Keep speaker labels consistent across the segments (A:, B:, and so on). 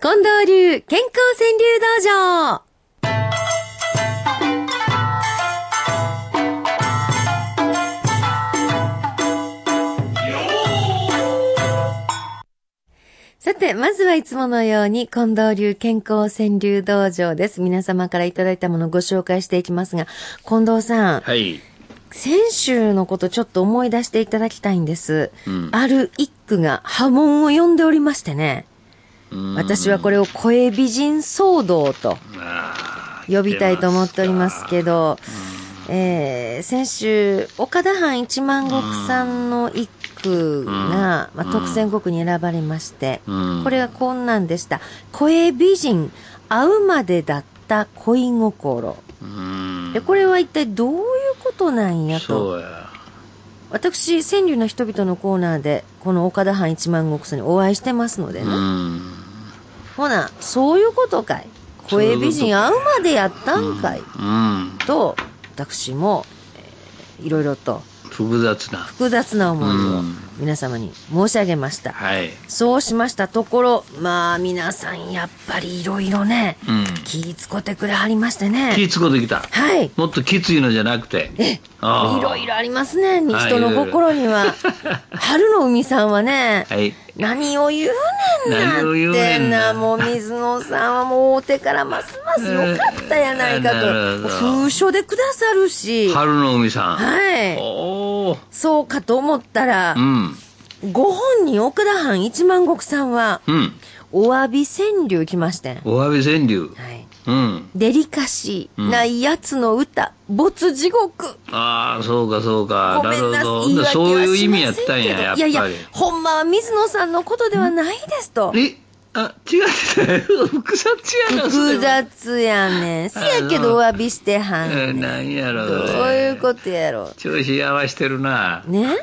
A: 近藤流健康川柳道場。さて、まずはいつものように、近藤流健康川柳道場です。皆様からいただいたものをご紹介していきますが、近藤さん、
B: はい。
A: 先週のことちょっと思い出していただきたいんです。
B: うん
A: ある一句が波紋を呼んでおりましてね。私はこれを声美人騒動と呼びたいと思っておりますけど、
B: ど。
A: えー、先週、岡田藩一万石さんの一句が、
B: うん
A: まあ、特選五句に選ばれまして、
B: うん
A: これがこんなんでした。声美人、会うまでだった恋心。
B: うん
A: で、これは一体どういうことなんやと。
B: そうや。
A: 私、川柳の人々のコーナーで、この岡田藩一万石さんにお会いしてますのでね。
B: うん。
A: ほな、そういうことかい。声美人会うまでやったんかい。
B: うん。
A: と、私も、えーいろいろと
B: 複雑な。
A: 複雑な思いを
B: うん
A: 皆様に申し上げました。
B: はい。
A: そうしましたところ、まあ皆さんやっぱりいろいろね、
B: うん。
A: 気ぃつこてくれはりまして
B: 気
A: ね。
B: つこできた。
A: はい。
B: もっときついのじゃなくて。
A: え
B: ああ
A: いろいろありますね、
B: はい
A: 人の心には。春の海さんはね、
B: はい。
A: 何を言うねんな
B: 何を言
A: っ
B: う
A: て
B: ね
A: ん
B: ん
A: な
B: な
A: もう水野さんはもうお手からますますよかったやないかと
B: えーなるほど
A: 封書でくださるしは
B: 春の海さん。
A: い
B: おお。
A: そうかと思ったら
B: うん。
A: ご本人奥田藩一万石さんは
B: うん。
A: お詫び川柳来ましてん、は
B: お詫び川柳。
A: い、
B: うん。
A: デリカシーないやつの歌没地獄
B: ああ、そうかそうか。
A: ごめんなさい
B: ほん
A: 言い
B: で
A: 訳
B: そう
A: は
B: いう
A: し
B: 意
A: ま
B: 味やっ
A: せん
B: たん
A: け
B: や、や
A: ど
B: っぱ
A: いや
B: り。
A: いやほんまは水野さんのことではないですと
B: えあ、違う。複雑やな、それ
A: 複
B: は
A: 雑やねん。せやけどお詫びしてはんね
B: えー
A: ん。
B: なんやろ
A: どう
B: それ
A: いうことやろ。
B: 調子合わしてるな。
A: ね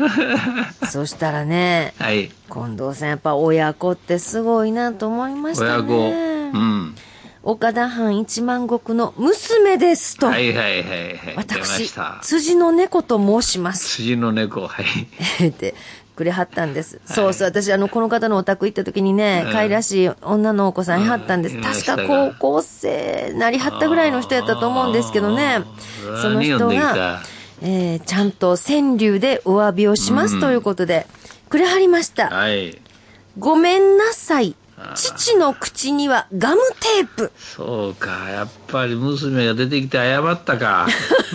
A: そしたらね、
B: はい。
A: 近藤さんやっぱ親子ってすごいなと思いました
B: 親子。う
A: ね。
B: ん。
A: 岡田藩一万石の娘ですと。
B: はいはいはいはい。出ま
A: 私
B: した、。
A: 辻の猫と申します。
B: 辻の猫、はい。
A: ってくれはったんです。そうそう、私、あの、この方のお宅行った時にね、
B: うん
A: 可愛らしい女のお子さんいはったんです。
B: うん
A: 確か高校生なりはったぐらいの人やったと思うんですけどね
B: あ。ー
A: その人
B: 何読んでき
A: が
B: た、
A: えーちゃんと川柳でお詫びをしますということで、くれはりました。
B: はい。
A: ごめんなさい
B: あ。ー
A: 父の口にはガムテープ。
B: そうか。やっぱり娘が出てきて謝っ たか。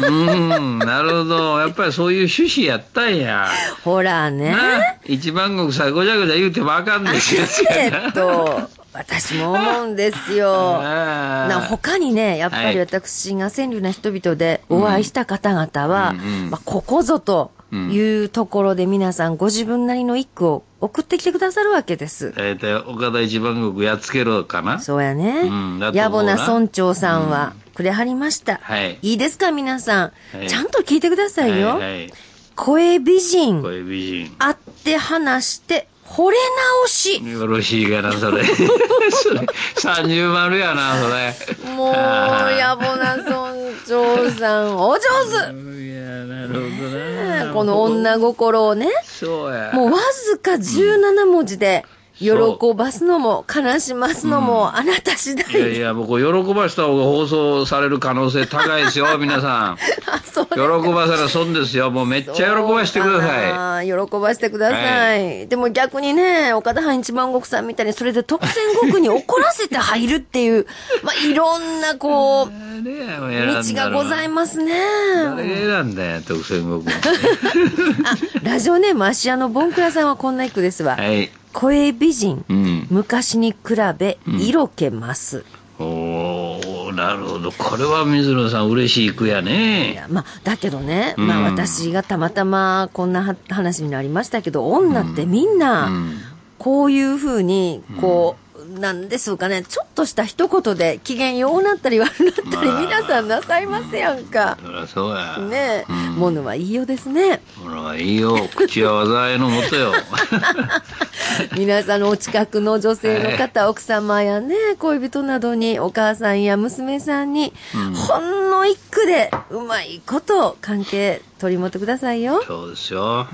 B: うん。なるほど。やっぱりそういう趣旨やったんや。
A: ほらね。
B: な一番国さ、ごちゃごちゃ言うてもあかんですよ。
A: えっと、私も思うんです よ。な
B: な
A: 他にね、やっぱ
B: はい
A: り私が川柳な人々でお会いした方々は、
B: うんうんうん
A: まあ、ここぞというところで皆さんご自分なりの一句を送ってきてくださるわけです。
B: えっと、岡田一番国やっつけろかな。
A: そうやね。
B: うんだと
A: 野
B: 思
A: 暮
B: うな
A: な村長さんはくれはりました。
B: はい
A: いですか皆さん、
B: はい
A: ちゃんと聞いてくださいよ。
B: はいはい。
A: 声美人、
B: こういう美人。
A: 会って話して、惚れ直し。
B: よろしいかな、それ。 それ、三十丸やな、それ。
A: もう、野暮な村長さん、お上手
B: いや、なるほどな。
A: この女心をね。
B: そうや。
A: もうわずか17文字で、喜ばすのも悲しますのもあなた次
B: いや
A: 第。
B: いや、僕、喜ばした方が放送される可能性高いです よ、皆さん。
A: あ、そう
B: 喜ばせら損ですよ。もうめっちゃ喜ばしてくださ
A: さい。喜ばしてください。でも逆にね、岡田藩一万石さんみたいに、それで特選五句に怒らせて入るって いう、まあ、いろんなこう、
B: い。ねえ、もう
A: 道
B: 選んだ
A: が
B: の
A: ございますね。
B: 誰が選んだんや、特選国。
A: あ、ラジオネーム芦屋のボンクラさんはこんな一句ですわ。
B: はい。
A: 声美人、
B: うん。
A: 昔に比べ、色気ます。
B: おー、なるほど。これは水野さん、嬉しい句やね。
A: いやまあ、だけどね、まあ
B: うん
A: 私がたまたまこんなは話になりましたけど、女ってみんな、こういうふうに、こう、なんでしょうかね、ちょっとした一言で機嫌ようなったり悪なったり、
B: まあ
A: 皆さんなさいますやんか。
B: そりゃそうや。
A: ねえ、ものはいいようです ね。
B: ほら、いいよ。口は災いのも とよ。
A: 皆さんのお近くの女性の方、奥様やね、恋人などに、お母さんや娘さんに、ほんの一句で、うまいこと関係取り持ってくださいよ。
B: そうですよ。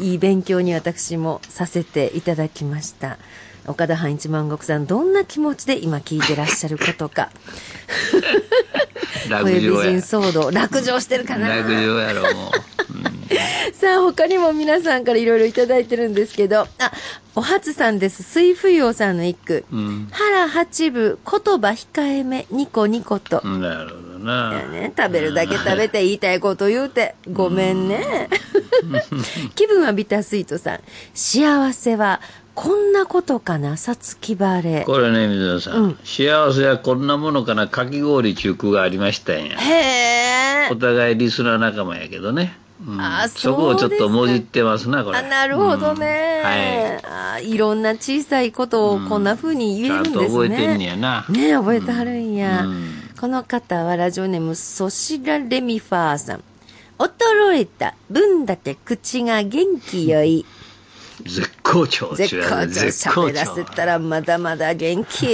A: いい勉強に私もさせていただきました。岡田藩一万石さん、どんな気持ちで今聞いてらっしゃること か。
B: 落
A: こういう
B: 城
A: 美人
B: や。
A: 騒動、落城してるかな
B: 落城やろ、も
A: さあ、他にも皆さんからいろいろいただいてるんですけど、あ、おはつさんです。水冬王さんの一句。
B: う。うん。
A: 腹八分、言葉控えめ、ニコニコと。
B: なるほどな。
A: ね、食べるだけ食べて言いたいこと言うて、ごめんね。気分はビタースイートさん。幸せは、こんなことかな、さつきバレ
B: これね、水野さん,、
A: うん
B: 幸せはこんなものかな、かき氷中空がありましたんや。
A: へえ
B: お。互いリスナー仲間やけどね。うん
A: あー
B: そこをち
A: そう
B: ょっと
A: ですか
B: もじってますな、これ。
A: あなるほどね、あい、ろんな小さいことをこんな風に言えるんですね。
B: ちゃんと覚えてんねやな
A: ね覚えてはるんや、
B: うん
A: この方はラジオネームソシラレミファーさん。衰えた分だけ口が元気よい。
B: 絶好調
A: 絶好調喋らせたらまだまだ元気。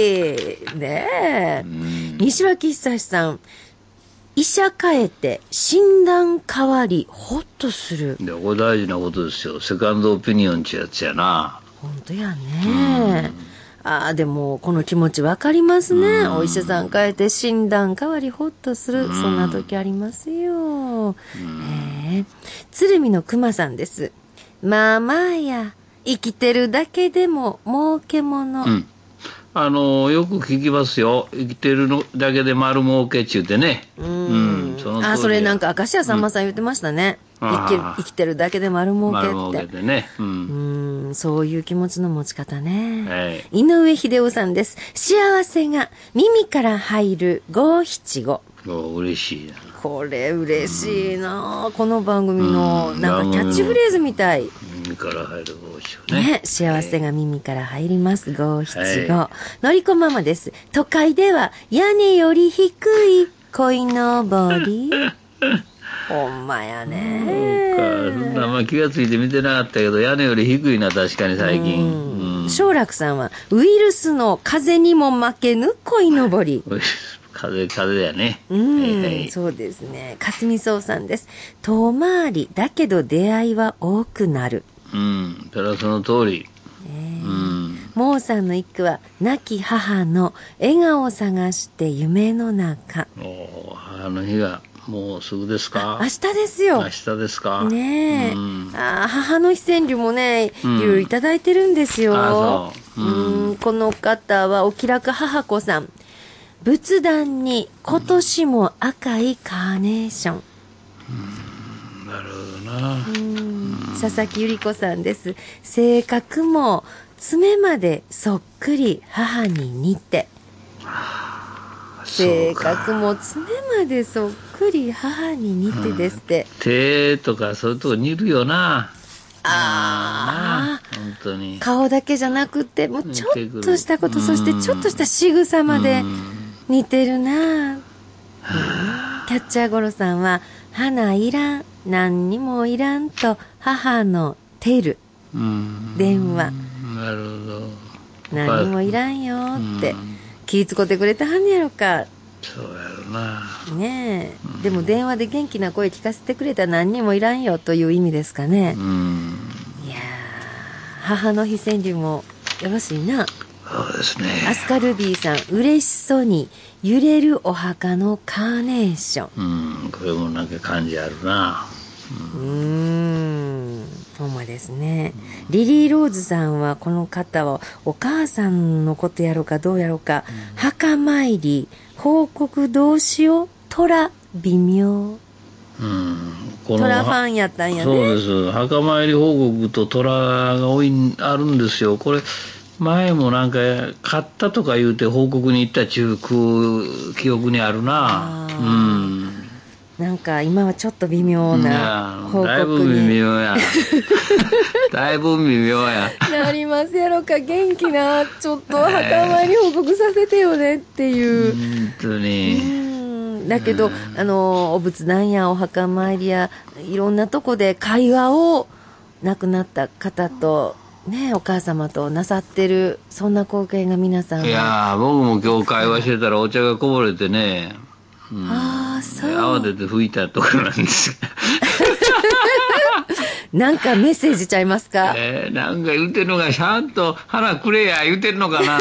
A: ねえ。西脇久志さん。医者変えて診断変わり、ほっとする。
B: でこれ大事なことですよセカンドオピニオンちやつやな
A: 本当やね。ああ、でも、この気持ちわかりますね。お医者さん変えて診断変わりほっとする。そんな時ありますよ。ええ鶴見の熊さんです。まあまあや、生きてるだけでも儲け者。
B: うんあのよく聞きますよ生きてるのだけで丸儲けっちゅうてねうん、その通り
A: あ、それなん
B: か
A: か、明石家さんまさん言ってましたね。
B: うん
A: 生きる
B: あー
A: 生きてるだけで丸儲け
B: 丸儲
A: って。
B: けでねう、
A: うんーん、そういう気持ちの持ち方ね。
B: はい
A: 井上秀夫さんです。幸せが耳から入る五七五。
B: お嬉しいな
A: これ嬉しいなあこの番組の、
B: うん
A: なんかキャッチフレーズみたい。
B: 耳から入る帽子をね
A: ね、幸せが耳から入ります。五七五
B: は。
A: のりこママです。都会では屋根より低い鯉のぼ り。ほんまやね。
B: そうかそんなまあ気がついて見てなかったけど屋根より低いな確かに最近うん
A: 小楽さんは、ウイルスの風にも負けぬ鯉のぼり。
B: 風風やね
A: うん、
B: はいはい
A: そうですね。かすみそうさんです。遠回り、だけど出会いは多くなる。
B: うんそれはその通りうん
A: モーさんの一句は、亡き母の笑顔を探して夢の中。
B: おーあの日がもうすぐですか
A: 明日ですよ
B: 明。日ですか
A: ねえ。
B: うん
A: あー母の非川柳もね、い
B: うん
A: ろいろいただいてるんですよ。
B: あそううん
A: うんこの方は、お気楽母子さん。仏壇に今年も赤いカーネーション。
B: なるほどな
A: 佐々木ゆり子さんです。性格も爪までそっくり母に似て。
B: そ
A: 性
B: うか
A: 格も爪までそっくり母に似てですって。
B: 手とかそういうとこ似るよな
A: ああ。
B: な本当に
A: 顔だけじゃなくて、もうちょっとしたこと、
B: うん
A: そしてちょっとした仕草まで
B: うん
A: 似てるなあうんキャッチャーゴロさんは、花いらん、何にもいらんと、母のテル、
B: うん
A: 電話、
B: なるほど
A: 何にもいらんよって
B: う、ん
A: 気ぃつこてくれたはんねやろか。
B: そうやろな
A: ねえ。でも電話で元気な声聞かせてくれた何にもいらんよという意味ですかね
B: う。ん
A: いやー母の非川柳もよろしいな。
B: そうです
A: ア
B: ね
A: スカルビーさん、嬉しそうに、揺れるお墓のカーネーション。
B: うんこれもなんか感じあるな
A: うーん。ほんまですね。リリー・ローズさんは、この方は、お母さんのことやろうかどうやろうか、墓参り、報告どうしよう、虎、微妙。
B: うんこ
A: 虎ファンやったんやね。
B: そうです墓参り報告と虎が多いんあるんですよこれ前もなんか買ったとか言うて報告に行った中空記憶にあるな
A: あー
B: うん
A: なんか今はちょっと微妙な報
B: いやだい
A: 告
B: ぶ微
A: に
B: 妙や だいぶ微妙や
A: なりますやろか元気なちょっと墓参り報告させてよねっていう。
B: 本当
A: う
B: に
A: んだけど、あの、お仏壇やお墓参りや、いろんなとこで会話を亡くなった方と、ね、お母様となさってる、そんな光景が皆さん
B: い
A: は。
B: やー僕も今日会話してたらお茶がこぼれてね、うん
A: ああ、
B: 慌
A: そう。
B: てて吹いたところなんです
A: なんかメッセージちゃいますか、
B: えー、なんか言うてんのが、ちゃんと腹くれや言うてんのかな。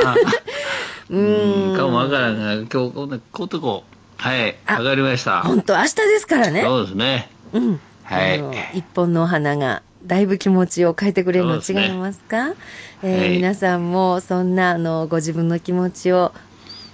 A: うーん。
B: かもわからんが、今日こんなことこう。はい、
A: あ
B: わかりました。
A: 本当明日ですからね。
B: そうですね。
A: うん。
B: はい
A: あの一本のお花が、だいぶ気持ちを変えてくれるの
B: そうですね
A: 違いますかえー
B: はい
A: 皆さんも、そんな、あの、ご自分の気持ちを、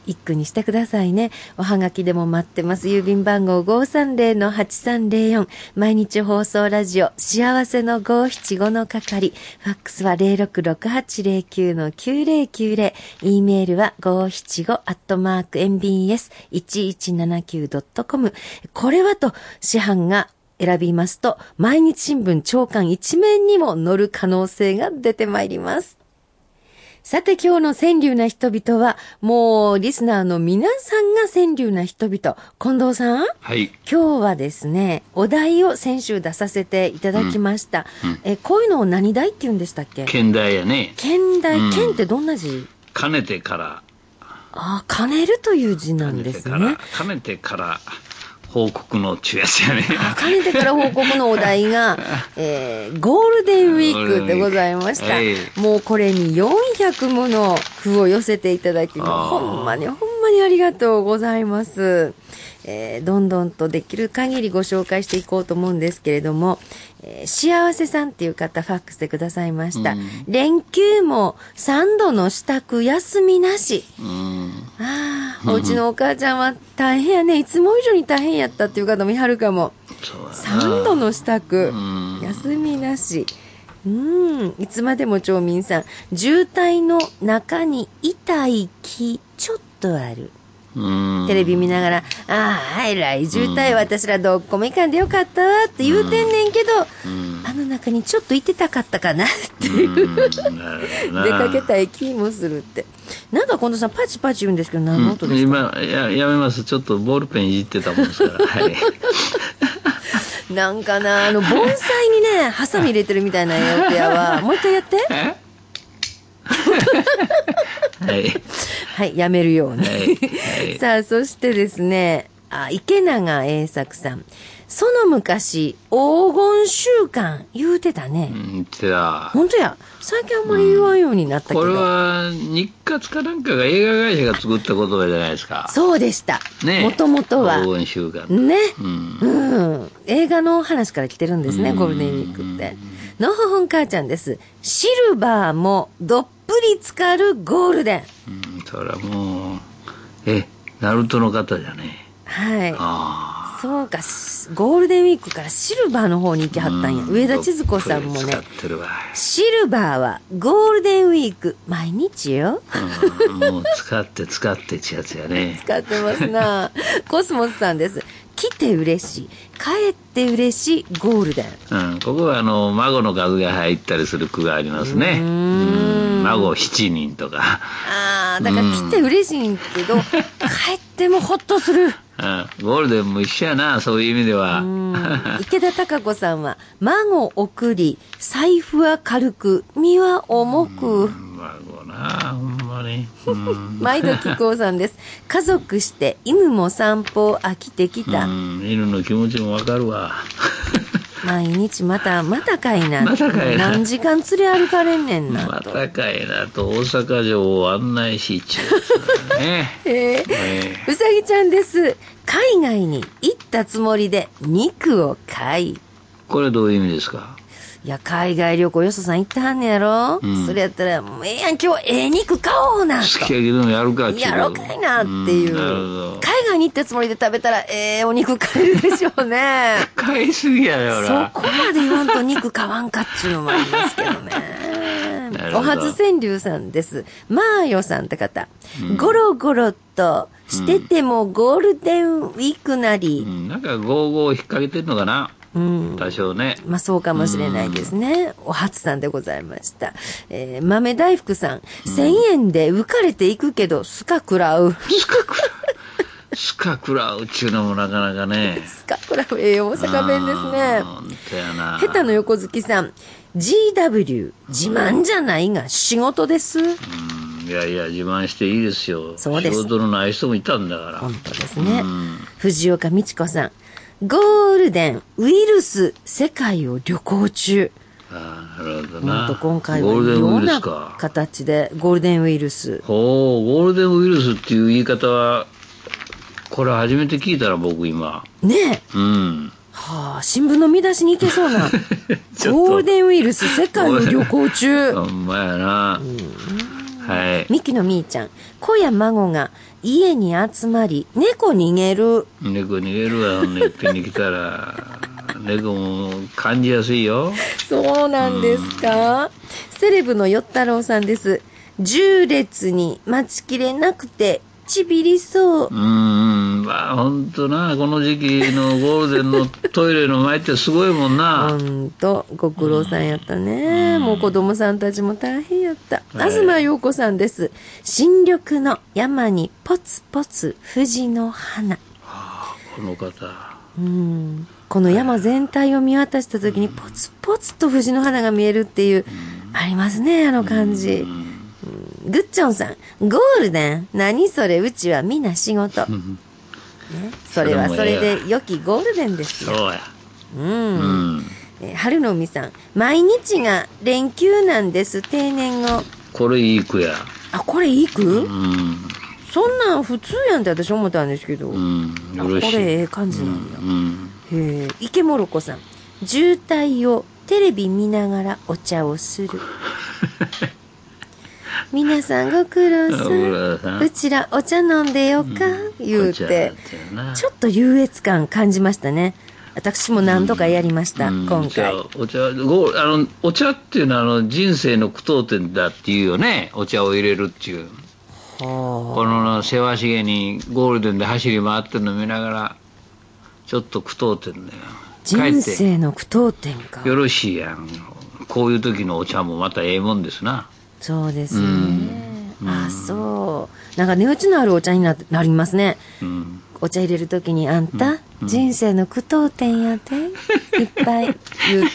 A: 一句にしてくださいね。おはがきでも待ってます。郵便番号530-8304。毎日放送ラジオ、幸せの575の係。ファックスは066809-9090。e メールは575アットマーク mbs1179.com。これはと、市販が選びますと、毎日新聞長官一面にも載る可能性が出てまいります。さて今日の川柳な人々は、もうリスナーの皆さんが川柳な人々。近藤さん
B: はい。
A: 今日はですね、お題を先週出させていただきました。え、こういうのを何題って言うんでしたっけ
B: 県大やね。
A: 県題
B: うん、
A: 県ってどんな字、
B: かねてから。
A: ああ、兼ねるという字なんです
B: か
A: ね
B: ねて。から。かねてから、報告の中やつやね。
A: かねてから報告のお題が、えー、ゴールデンウィークでございました。
B: はい
A: もうこれに400もの句を寄せていただき、
B: あー
A: ほんまにほんまにありがとうございます。えーどんどんとできる限りご紹介していこうと思うんですけれども、えー幸せさんっていう方ファックスでくださいました。
B: うん
A: 連休も3度の支度休みなし。
B: うん。
A: ああ、おうちのお母ちゃんは大変やね。いつも以上に大変やったっていう方もいはるかも。
B: そうやな。
A: 3度の支度
B: うん
A: 休みなしうんいつまでも町民さん渋滞の中に痛い気ちょっとある
B: うん。
A: テレビ見ながら「ああえらい渋滞私らどっこも行かんでよかったわ」って言うてんねんけど、
B: うん。
A: あの中にちょっといてたかったかなっていう
B: うんなるほど な
A: 出かけたい気もするってなんか近藤さんパチパチ言うんですけど何の音
B: うん
A: ですか、
B: 今や、やめます。ちょっとボールペンいじってたもんですから。はい。
A: なんかな あの盆栽にねハサミ入れてるみたいなやつやわもう一回やって
B: えはい。
A: はい、やめるように。
B: はいはい
A: さあ、そしてですね、あ、池永栄作さん。その昔、黄金週間言うてたね。
B: うん、てだ。
A: 本当や。最近あんまり言わんようになったけど。
B: これは日活かなんかが映画会社が作った言葉じゃないですか。
A: そうでした。
B: ね
A: もともとは。
B: 黄金週間。
A: ね。
B: うん。
A: うん。映画の話から来てるんですね、ゴールデンウィークって。のほほん母ちゃんです。シルバーもどっぷり浸かるゴールデン。
B: うん、それはもう、え、ナルトの方じゃね。
A: はい。
B: あ
A: そうか、しゴールデンウィークからシルバーの方に行き
B: あ。
A: はったんや。
B: う
A: 上田千鶴子さんも
B: どっ
A: ね
B: ぷり、使ってるわ。
A: シルバーはゴールデンウィーク毎日よ。
B: うん、もう使って使ってってやつやね。
A: 使ってますな コスモスさんです。来て嬉しい。帰って嬉しいゴールデン。
B: うん、ここはあの、孫の数が入ったりする句がありますね。
A: う
B: う
A: ーん
B: ん、孫七人とか。
A: あー、だから来て嬉しいんけど、帰ってもホッとする。
B: うん、ゴールデンも一緒やな、そういう意味では。
A: うん池田孝子さんは、孫送り、財布は軽く、身は重く。
B: 孫な、ほんま に。うん
A: 毎度木久扇さんです。家族して犬も散歩飽きてきた
B: う。ん、犬の気持ちもわかるわ。
A: 毎日また、またかいな。
B: またかいな
A: 何時間連れ歩かれんねん な
B: ま
A: と。
B: たかいなと大阪城を案内しちゃうね。
A: へえ
B: ね
A: うさぎちゃんです。海外に行ったつもりで肉を買い。
B: これどういう意味ですか
A: いや、海外旅行よそさん行ってはんねやろ、
B: ん
A: それやったら、もうええやん、今日ええ肉買おうなと。
B: すき焼きでもやるかっていう
A: やろかいなっていう。
B: んなるほど
A: 海。外に行ったつもりで食べたら、ええお肉買えるでしょうね。
B: 買いすぎやよ、ほ
A: そ
B: ら。
A: こまで言わんと肉買わんかっちゅうのもありますけどね
B: な。る
A: お
B: ほど
A: 初川柳さんです。マーヨさんって方。ゴロゴロとしててもゴールデンウィークな
B: う
A: り。
B: ん、なんかゴーゴー引っ掛けてんのかな
A: うん。
B: 多少ね。
A: まあそうかもしれないですね。お初さんでございました。えー豆大福さん。1000円で浮かれていくけど、スカ食らう。
B: スカクラウ。スカクラウっちゅうのもなかなかね。
A: スカ食らう。ええ大阪弁です
B: うん
A: ね。
B: ほんとやな。
A: 下手の横好きさん。GW、自慢じゃないが仕事です。
B: うんいやいや、自慢していいですよ。
A: そうです
B: 仕事のない人もいたんだから。
A: 本当ですね
B: うん。
A: 藤岡美智子さん。ゴールデンウイルス世界を旅行中。
B: あーなるほど
A: ほん
B: な。
A: と今回
B: ゴ
A: は
B: ー
A: い
B: ルデン
A: ろ
B: ウイ
A: ん
B: ルス
A: な
B: か。
A: 形でゴールデンウイルス。
B: ほう、ゴールデンウイルスっていう言い方は、これ初めて聞いたら僕今。
A: ねえ。
B: うん。
A: はあ、新聞の見出しに行けそうな。
B: ちょっと
A: ゴールデンウイルス世界を旅行 中。
B: ほんまやな。はい。
A: ミキのみーちゃん、子や孫が家に集まり、猫逃げる。
B: 猫逃げるわ、ほんで、いっぺんに来たら。 猫も感じやすいよ。
A: そうなんですか、セレブのよったろうさんです。10列に待ちきれなくて、ちびりそう
B: う。ん、うんまあ、ほんとな、この時期のゴールデンのトイレの前ってすごいもん
A: ほ
B: な。
A: んと、ご苦労さんやったね。もう子供さんたちも大変やった。
B: はい
A: 東洋子さんです。新緑の山にポツポツ藤の花。
B: あこの方。
A: うんこの山全体を見渡した時にポツポツと藤の花が見えるっていう、ありますね、あの感じ。グッチョンさん、ゴールデン何それうちはみんな仕事。ね
B: ん
A: それはそれ
B: それもえ
A: で良きゴールデンですよ。
B: そうや。
A: う。
B: うんん。
A: えー春の海さん、毎日が連休なんです、定年後。
B: これいい句や。
A: あ、これいい句、
B: うん。
A: そんなん普通やんって私思ったんですけど。
B: うん。
A: あ
B: よ
A: こ
B: ろ
A: れ
B: しい。
A: ええ感じなんだ。
B: うん。
A: へえ、池もろこさん。渋滞をテレビ見ながらお茶をす る。皆さんご苦労
B: ご苦労
A: さ
B: さ
A: ん。
B: ん
A: うちらお茶飲んでよか、言う
B: こちら
A: て
B: だ。よな
A: ちょっと優越感感じましたね。私も何度かやりました、
B: うん
A: 今回。
B: お茶お茶ゴールあのお茶っていうのはあの人生の苦闘点だっていうよねお茶を入れるっていうこのせわしげにゴールデンで走り回ってるの見ながらちょっと苦闘点だよ
A: 人
B: 帰って
A: 生の苦闘点か。
B: よろしいやんこういう時のお茶もまたええもんですな
A: そうですね。あ、そう。なんか値打ちのあるお茶になってなりますね。
B: うん
A: お茶入れるときに、あんた、人生の苦闘点やて、いっぱい言う。
B: よかっ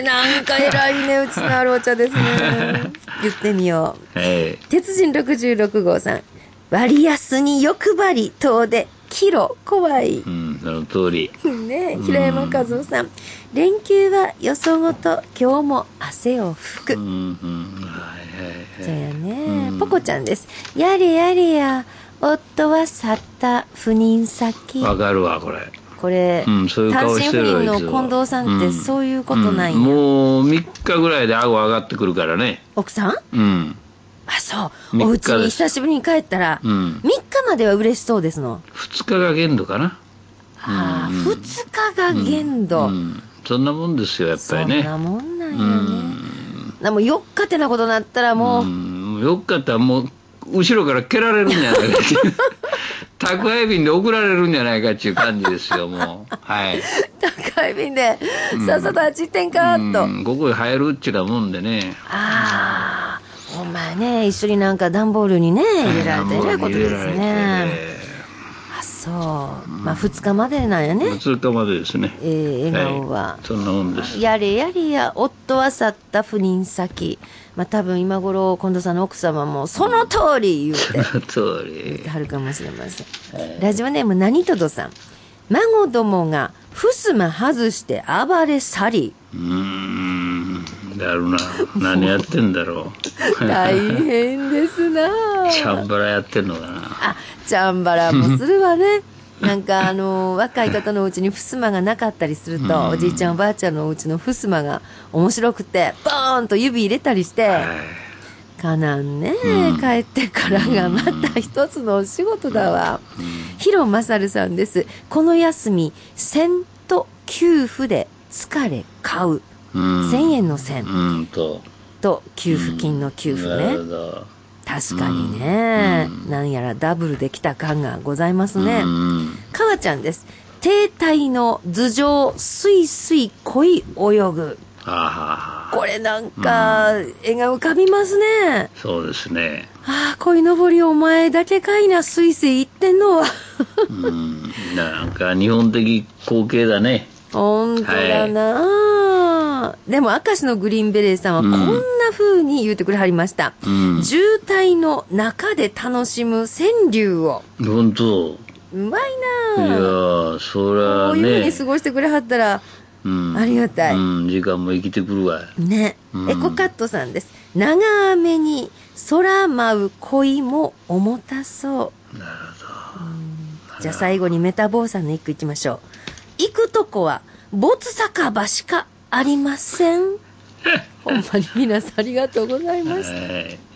A: えー、なんか偉い値打ちのあるお茶 ですね。言ってみよう。
B: え
A: 鉄人66号さん、割安に欲張り遠で、キロ怖い
B: えう。んその通り
A: ね平山和夫さん、連休はよそごと、今日も汗を拭く
B: う。んうんはい
A: そ
B: は
A: う
B: いはい
A: やね、ポコちゃんです。やれやれや、夫は去った赴任先。
B: わかるわこれ
A: これ、
B: うんそういう
A: 単
B: 顔
A: 身
B: して
A: 赴
B: るわ
A: 任の
B: いつも
A: 近藤さんって
B: うん
A: そういうことない、
B: うんもう3日ぐらいで顎上がってくるからね
A: 奥さん
B: うん
A: あ、そう。
B: 三
A: お
B: 日
A: 家に
B: です
A: 久しぶりに帰ったら、
B: う
A: 3
B: ん
A: 日までは嬉しそうですの。
B: 2日が限度かな
A: ああ、2日が限度。
B: うん、そんなもんですよやっぱ
A: そ
B: り
A: ん
B: ね
A: なもんなんよ
B: う
A: ね。でも4日ってなことになったらもう、
B: んよかったらもう後ろから蹴られるんじゃないかっていう 宅配便で送られるんじゃないかっていう感じですよもうはい
A: 高い便で、さっさとあっち行ってんか、と。
B: うんここに入るっちゅうなもんでね
A: ああ、ほんまやね、一緒になんか段ボールにね、入れられてえらいことですね。あ、そう。まあ、2日までなんやね。
B: 2日までですね
A: えー、笑顔は。
B: い、そんなもんです
A: やれやれや、夫は去った赴任先。まあ、多分今頃、近藤さんの奥様も、その通り言うて、
B: その通
A: 言って
B: り
A: はるかもしれません。ラジオネーム、何とどさん。孫どもが、ふすま外して暴れ去り。
B: うーんだるな何やってんだろ う
A: 大変ですなあ
B: チャンバラやってんのかな
A: あ、チャンバラもするわね。なんかあの、若い方のうちに襖がなかったりすると、おじいちゃんおばあちゃんのおうちの襖が面白くて、ポーンと指入れたりして、
B: はい
A: かなんね、帰ってからがまた一つのお仕事だわ。ヒロマサルさんです。この休み、千と給付で疲れ買う。
B: うん
A: 千円の千
B: うんと。
A: と給付金の給付
B: な
A: ね
B: る。ほど。
A: 確かにね、なんやらダブルできた感がございますね。
B: うん。
A: かわちゃんです。停滞の頭上、すいすい恋泳ぐ。
B: はあはあはあ
A: これなんか、絵が浮かびますね。
B: そうですね。
A: ああ、恋のぼりお前だけかいな、すいすい言ってんのは。
B: うん。なんか日本的光景だね。
A: ほんとだな、でも、明石のグリーンベレーさんはこんな風に言うてくれはりました。
B: うん。
A: 渋滞の中で楽しむ川柳を。
B: 本当。
A: うまい
B: いや
A: なぁ
B: ーそり
A: こ
B: ゃ
A: ういうふう
B: ね
A: に過ごしてくれはったら、
B: うん
A: ありがたい
B: うん、時間も生きてくるわ
A: ね、
B: うん
A: エコカットさんです。長雨に空舞う恋も重たそう。
B: なる
A: じゃあ最後にメタボーさんの一句いきましょう。行くとこは、没酒場しかありません。ほんまに皆さんありがとうござい
B: ほ
A: ま
B: ど
A: した。
B: はい